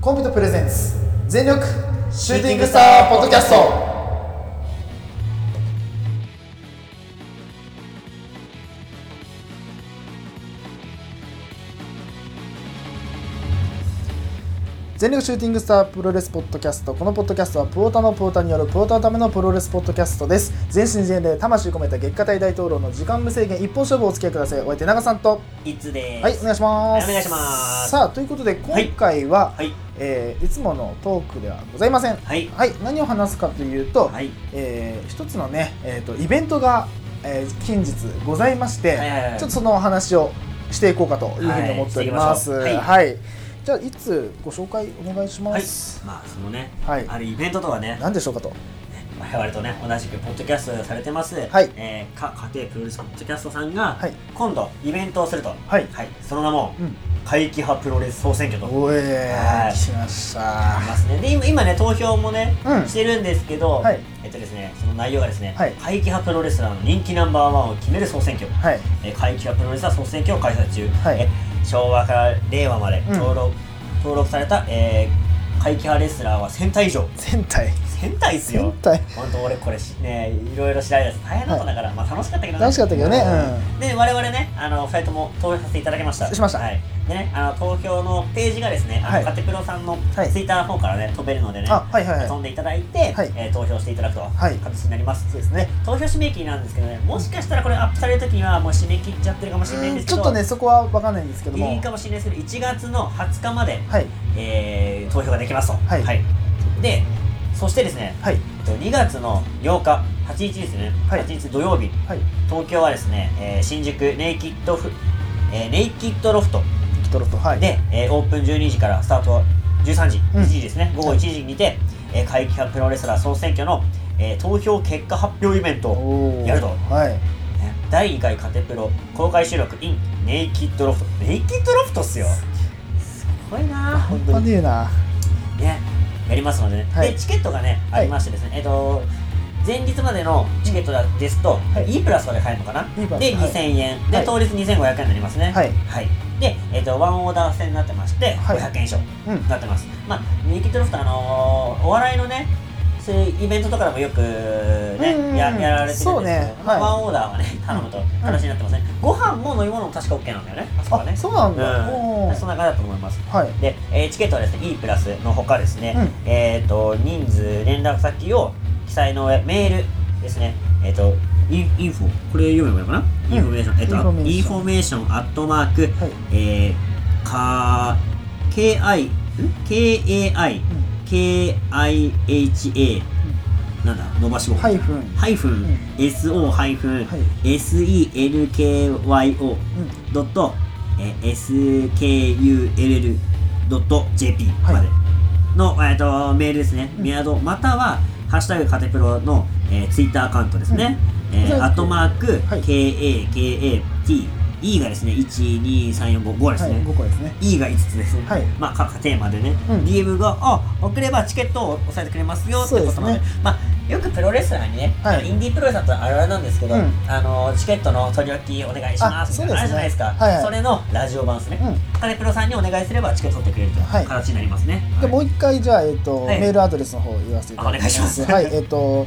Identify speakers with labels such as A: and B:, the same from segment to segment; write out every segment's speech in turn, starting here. A: コンビとプレゼンツ全力シューティングスターポッドキャスト全力シューティングスタープロレスポッドキャストこのポッドキャストはプロータのプロータによるプロータのためのプロレスポッドキャストです全身全霊魂込めた月下大大統領の時間無制限一本勝負をお付き合いくださいお相手長さんと
B: いつです。
A: はいお願いします、
B: はいお願いします
A: さあということで今回は、
B: はい。
A: えーいつものトークではございません。
B: はい。
A: はい、何を話すかというと、
B: はい。
A: えー一つのね、えー、とイベントが、えー近日ございまして、
B: はいはいはい
A: ちょっとそのお話をしていこうかというふうに思っております。
B: はい
A: は
B: して
A: い、
B: いきましょう
A: じゃあいつご紹介お願いし
B: は
A: ま
B: い
A: す。。
B: まあ、そのね、
A: はい
B: あるイベントとはね、
A: 何でしょうかと。
B: 我々とね、同じくポッドキャストされてます、
A: はい
B: えーか家庭プロレスポッドキャストさんが、
A: はい
B: 今度、イベントをすると。
A: はい
B: その名も、
A: うん。
B: 怪奇派プロレス総選挙と。
A: おえー、
B: はい
A: 来ました
B: あり。ますね、で今今ね投票もね、
A: うん
B: してるんですけど、
A: はい
B: えっとですねその内容がですね、
A: はい
B: 怪奇派プロレスラーの人気ナンバーワンを決める総選挙、
A: はい。
B: えー怪奇派プロレスラー総選挙を開催中、
A: はい
B: えー昭和から令和まで
A: ん
B: 登録,、登録された、えー、怪奇派レスラーは1000体以上
A: 仙台。
B: 1000体っす
A: 仙
B: よ
A: 台。
B: 本当俺これしねいろいろ調べたやつ大変だったんだから、まあ楽しかったけど
A: 楽しかったけどね
B: うん、で我々ねあの2人とも投票させていただきました
A: しました
B: はいでねあの投票のページがですねあの、
A: はい
B: カテプロさんの
A: はい
B: ツイッターの方からね飛べるのでね、
A: あ、はいはい
B: 飛
A: は
B: んでいただいて、
A: はい
B: えー投票していただくと
A: はい
B: いう形になります、
A: い。そうですね。
B: 投票締め切りなんですけどねもしかしたらこれアップされる時にはもう締め切っちゃってるかもしれないんですけ
A: ち
B: ど
A: ょっとね、そこはわかんないんですけども。
B: いいかもしれないですけど1月の20日まで、
A: はい。
B: えー投票ができますと
A: はい
B: でそしてですね、
A: はい。
B: えっと2月の8日8日ですね、
A: はい
B: 8日土曜日
A: はい。
B: 東京はですね、えー新宿ネイキッドフ、えーネイキッドロフト
A: キトロと。はい。
B: で、えーオープン12時からスタートは13時、
A: うん
B: 1時ですね、午後1時にて、えー、会期派プロレスラー総選挙の、えー投票結果発表イベントを、
A: おー
B: やると
A: はい。
B: ね第2回カテプロ公開収録 in ネイキッドロフト。ネイキッドロフトっすよ。すごいなぁ、
A: 半
B: 本当
A: 端
B: に。
A: ねえな。
B: ね、やりますのでね、
A: はい
B: でチケットがね、
A: はい
B: ありましてですね、えっと、前日までのチケットだですと、
A: はい
B: E プラスまで買えるのかな、
A: E プラス
B: で、
A: はい
B: 2000円、で、
A: はい
B: 当日2500円になりますね。
A: はい
B: で、えっと、ワンオーダー制になってまして、
A: はい
B: 500円以上に
A: うん。
B: なってます。まあ、ミキトロフト、あのーお笑いのね、そういうイベントとかでもよくね、
A: うんうんうん
B: ややられてるんですけ
A: そ
B: ど、
A: うね
B: ま
A: は
B: あ
A: い
B: ワンオーダーはね、頼むと話になってますね。ご飯も飲み物も確か OK なんだよね、あそこはね
A: あ、。そうなんだ。
B: う
A: お
B: ん、そん
A: ー
B: な感じだと思います。
A: はい。
B: で、えーチケットはですね E プラスのほかですね、
A: う
B: えっ、と人数連絡先を記載の上メールですねえっ、とインインフォこれ読めばいいのか
A: うん
B: な、インフォメーションえ
A: イ
B: っ、
A: ンフォメーション
B: とインフォメーションアットマーク、
A: はい。
B: えー、か KI ん KAI、KIHA なんだ伸ばし棒
A: ハイフン。
B: ハイフン、
A: ん
B: SO ハイフン、
A: はい
B: SENKYO
A: うん。
B: ドット SKULL.jp
A: はい
B: までの、えっとメールですね、
A: うん
B: メアドまたは「ハッシュタグカテプロの」えーツイッターアカウントですね、え
A: じゃ
B: ー
A: あ
B: アットマーク、
A: はい
B: KAKATE がですね12345です
A: はい。
B: ね、
A: 5個ですね。
B: E が5つですね、
A: はい
B: まあ各テーマでね、
A: うん
B: DM が「あ送ればチケットを押さえてくれますよ」ってことな
A: そう
B: の
A: で
B: で
A: ね
B: すまあよくプロレスラーにね、
A: はい
B: インディープロレスラーとあれなんですけど、
A: うん
B: あのチケットの取り置きお願いします
A: あ
B: みたいなのあるじゃないですか
A: そうですねはいはい
B: それのラジオ版ですね、
A: う
B: カネプロさんにお願いすればチケット取ってくれるという
A: はい
B: 形になりますね、
A: ん。で、も
B: はいう
A: 一回、じゃあ、えっと、
B: はい
A: メールアドレスの方言わせていただきます。
B: あお願
A: はい
B: します
A: い。えっと、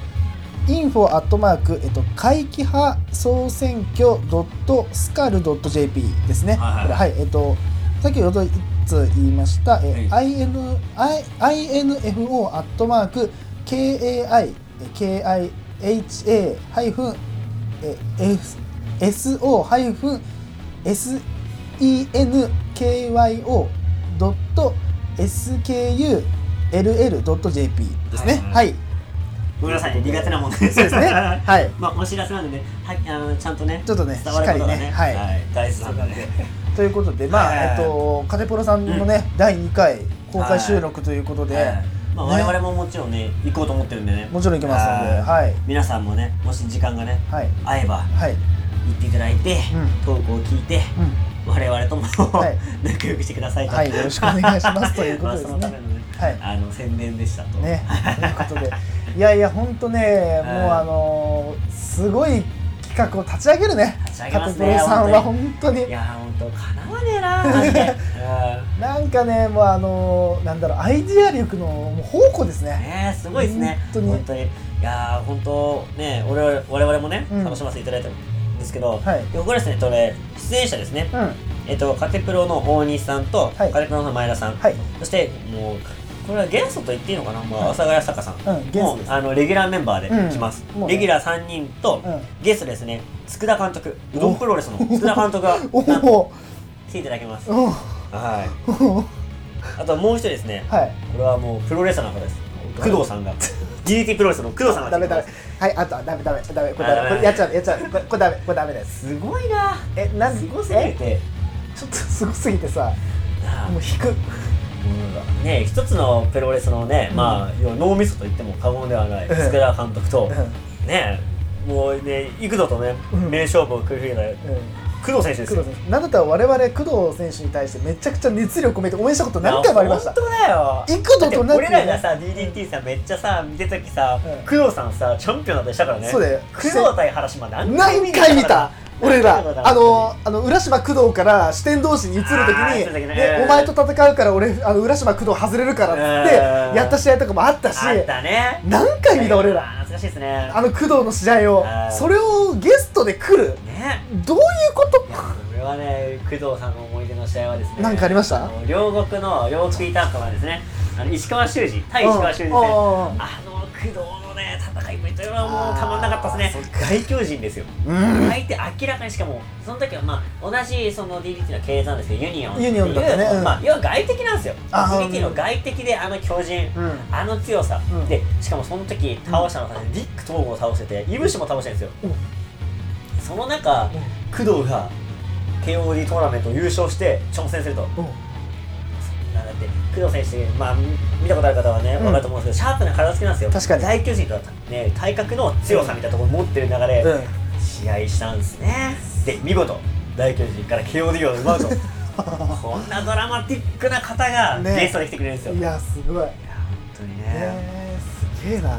A: info アットマーク、えっと、会期派総選挙ドットスカルドット JP ですね。
B: はいはい
A: これはい。えっと、さっきほどいつ言いました、え、IN、I- info アットマーク、KAI、KIHA ハイフン、え S- SO ハイフン SENKYO ドット SKULL ドット JP ですね。
B: は
A: はいい。
B: ごめんなさいね苦手なもんで
A: そう ですね。はい。
B: まあお知らせなんでね、はい、あのちゃんとね
A: ちょっとね
B: 伝わることが
A: し
B: ね
A: っかりねは
B: 大事なんでね
A: ということで、まあ
B: はいはいは
A: え
B: い
A: っとカテプロさんのね第2回公開収録ということで
B: はい、まあ、
A: ね
B: 我々ももちろんね行こうと思ってるんでね
A: もちろん行けますので、
B: はい
A: はい
B: 皆さんもねもし時間がね
A: はい
B: 合えば
A: はい。
B: 行っていただいて、
A: う
B: トークを聞いて
A: うん
B: 我々とも、
A: い
B: 仲良くしてくださいと
A: はいよろしくお願いしますということですね
B: まあ、そのためのね、
A: はい
B: あの宣伝でしたと
A: ね、ということで、いやいや、本当ね、もう
B: はい
A: あのーすごい企企画を立ち上げるね
B: 立ち上げま
A: カテ
B: す
A: プ
B: ね
A: ロさんは
B: 本
A: 本当
B: 当
A: に
B: にいやー本当かなわねえなーマジで
A: なんかねもうあのーなんだろうアイディア力のもう宝庫です
B: うん
A: ね
B: ねえすごいですね
A: 本当に
B: 本当にいやー本当ね我々我々もね
A: うん
B: 楽しませていただいたんですけど、
A: はい
B: でここですねとね出演者ですね
A: うん
B: えっとカテプロの大西さんと、
A: はい
B: カテプロの前田さん、
A: はい
B: そしてもうこれは元素と言っていいのかな、まあ、阿佐ヶ谷坂さん、
A: うんゲ
B: も
A: ス
B: う
A: です
B: あのレギュラーメンバーで来ます、
A: うんもうね
B: レギュラー3人と、
A: うん
B: ゲストですね佃監督うどんプロレスの佃監督が
A: お
B: なんと
A: お
B: 来ていただきます
A: おお
B: はい
A: お
B: あともう一人ですね
A: はい
B: これはもうプロレスラーの方です工藤さんが DDT プロレスの工藤さんが
A: ダメ
B: 来て
A: ダメ
B: くれます
A: はいあとはダメダメダメこれ
B: あ
A: ダメ
B: ダメ
A: これやっちゃうやっちゃうこれこれダメこれダメです
B: すごいな
A: えなん
B: すごすぎ
A: え
B: て
A: ちょっとすごすぎてさ
B: なあ
A: もう引く
B: ね一つのプロレスのね、
A: うん
B: まあ要は脳みそと言っても過言ではない
A: うん
B: 佃監督と
A: う
B: ねもうね幾度とね
A: うん
B: 名勝負を繰り広げた
A: んうん
B: 工藤選手です
A: 工
B: よ
A: 藤選手なんだったら我々工藤選手に対してめちゃくちゃ熱量込めて応援したこと何回もありました
B: 本当だよ
A: 幾度となく
B: だって俺らがさ DDT さめっちゃさ見てた時さ、
A: うん
B: 工藤さんさチャンピオンだったりしたからね
A: そうだよ
B: 工藤対原島何
A: 何回見た俺ら
B: 何回見た
A: あのあの浦島工藤から視点同士に移るとき
B: あー移
A: に
B: る、時ね
A: ね
B: うん
A: お前と戦うから俺あの浦島工藤外れるからっつって
B: うん
A: やった試合とかもあったし
B: あったね
A: 何回見た俺ら
B: 懐かしいですね
A: あの工藤の試合を
B: うん
A: それをゲストで来る
B: ね
A: どういうこと
B: いやこれはね工藤さんの思い出の試合はですね
A: なんかありました
B: あの両国の両国短歌はですねあの石川修司対石川修司
A: うん
B: で
A: うん
B: あの工藤のね戦いぶりというのはもうたまんなかったですね大巨人ですよ
A: うん
B: 相手明らかにしかもその時はまあ同じその DDT の系列なんですけどユニオンっていう
A: ユニオンだったねうん
B: まあ、要は外敵なんですよ
A: あー
B: DDT の外敵であの巨人、
A: うん
B: あの強さ、
A: うん
B: でしかもその時倒したのはリック統合を倒しててイブシも倒してるんですよ、その中工藤が KOD トーナメントを優勝して挑戦するとなんだって工藤選手、まあ、見たことある方はね
A: うん
B: 分かると思うんですけど、シャープな体つきなんですよ
A: 確かに
B: 大巨人とは、ね、体格の強さみたいなところを持ってる中で、
A: うん
B: 試合したんですねで見事大巨人から KOD を 奪うとこんなドラマティックな方が
A: ね
B: ゲストで来てくれるんですよ、
A: い
B: いや
A: やすごい
B: 本当にね、
A: えー、すげえな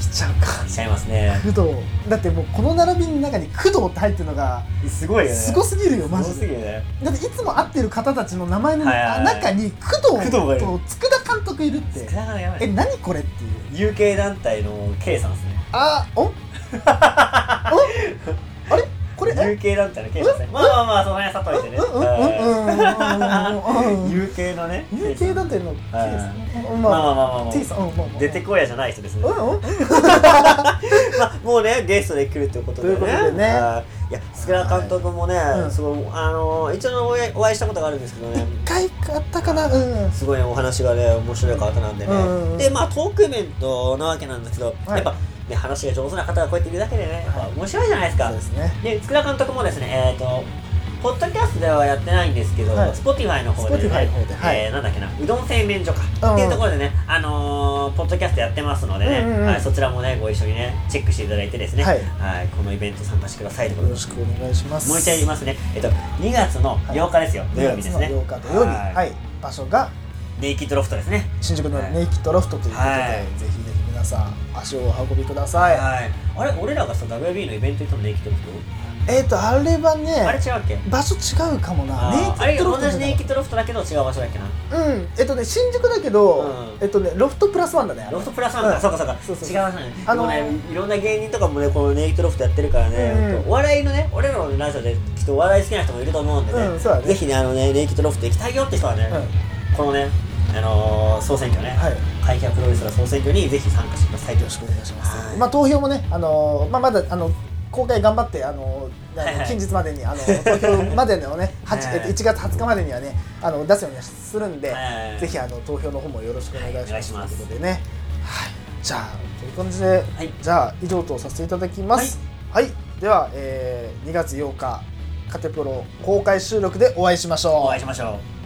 A: 来ちゃうか
B: しちゃいますね
A: 工藤だってもうこの並びの中に工藤って入ってるのが
B: すごいよね
A: すごすぎるよ
B: すご
A: マ
B: す
A: ジ
B: ぎ
A: で
B: るよね
A: だっていつも会ってる方たちの名前の
B: はいはいはい
A: 中に工藤
B: 工藤がいる
A: と佃監督いるって
B: だからやば
A: え
B: い
A: 何これっていう
B: UK 団体の K さんですね
A: あ おんおんあれこれえ
B: UK 団体の K さんですねまあまあまあその辺はさといてね
A: うんうんうんうんうんうんうんうんうん
B: UK のね K さん
A: UK 団体の T さんうん
B: まあ
A: ま
B: まあまあまあま
A: あ
B: あ
A: T さんうんまあまあ
B: 出てこやじゃない人ですね
A: うんうん
B: まあもうねゲストで来るということでね
A: ということでね
B: あーいやスクラ監督もね、
A: うん
B: すごいあのー一応お会いお会いしたことがあるんですけどね
A: 一回買ったかなうん
B: すごいお話がね面白い方なんでね、
A: うんうんうん
B: でまあトークイベントなわけなんですけど、
A: はい
B: やっぱ、ね、話が上手な方がこうやっているだけでねやっぱ面白いじゃないです
A: そ
B: か
A: うですね
B: で佃監督もですねえっ、とポッドキャストではやってないんですけど、
A: はい
B: Spotify の方で、ね
A: Spotify の方ではい
B: えーなんだっけなうどん製麺所か、
A: うん
B: っていうところでね、あのーポッドキャストやってますのでね、
A: うんうんうん
B: はい、そちらもねご一緒にねチェックしていただいてですね、
A: はい
B: いこのイベント参加してくださいというこ
A: よ
B: と
A: ろ
B: で
A: しくお願いします
B: もう一回言いますね、えっと、2月の8日ですよ、土曜日ですね
A: 2月の8日土曜日
B: はい
A: はい場所が
B: ネイキッドロフトですね
A: 新宿のネイキッドロフトということで、
B: はい
A: ぜひぜひ皆さん足をお運びください、
B: はい、あれ俺らがさ WB のイベント行ったのネイキッドロフト
A: えっ、ー、とあれはね
B: あれ違うっけ
A: 場所違うかもなネイ
B: あ
A: キ
B: ーあれ
A: ッドロ
B: 同
A: フト
B: じネイキッドロフトだけど違う場所だっけな
A: うんえっ、とね新宿だけど、
B: うん
A: えっ、とねロフトプラスワンだねあれ
B: ロフトプラスなん
A: う
B: だ、
A: ん
B: そうかそうか
A: そうそう
B: 違う話ね、
A: あのー
B: でもねいろんな芸人とかもねこのネイキッドロフトやってるからね、
A: うん
B: ほんとお笑いのね俺らのラジオできっとお笑い好きな人もいると思うんでね,、
A: うんそうだね
B: ぜひねあのねネイキッドロフト行きたいよって人はね、このねあのー、総選挙ね、
A: はい
B: 会社プロレスラー総選挙にぜひ参加してください
A: うん、よろしくお願いします、
B: はい
A: まあ投票もねあのーまあまだあの公開頑張ってあのー
B: はいはい
A: 近日までにあの投票までのね8
B: はい
A: えっと1月20日までにはねあの出すようにはするんで、
B: はい
A: ぜひあの投票の方もよろしくお願いします,、
B: はいお願いします
A: ということでねはいじゃあという感じで、
B: い
A: じゃあ以上とさせていただきますはい、では、えー、2月8日カテプロ公開収録でお会いしましょう
B: お会いしましょう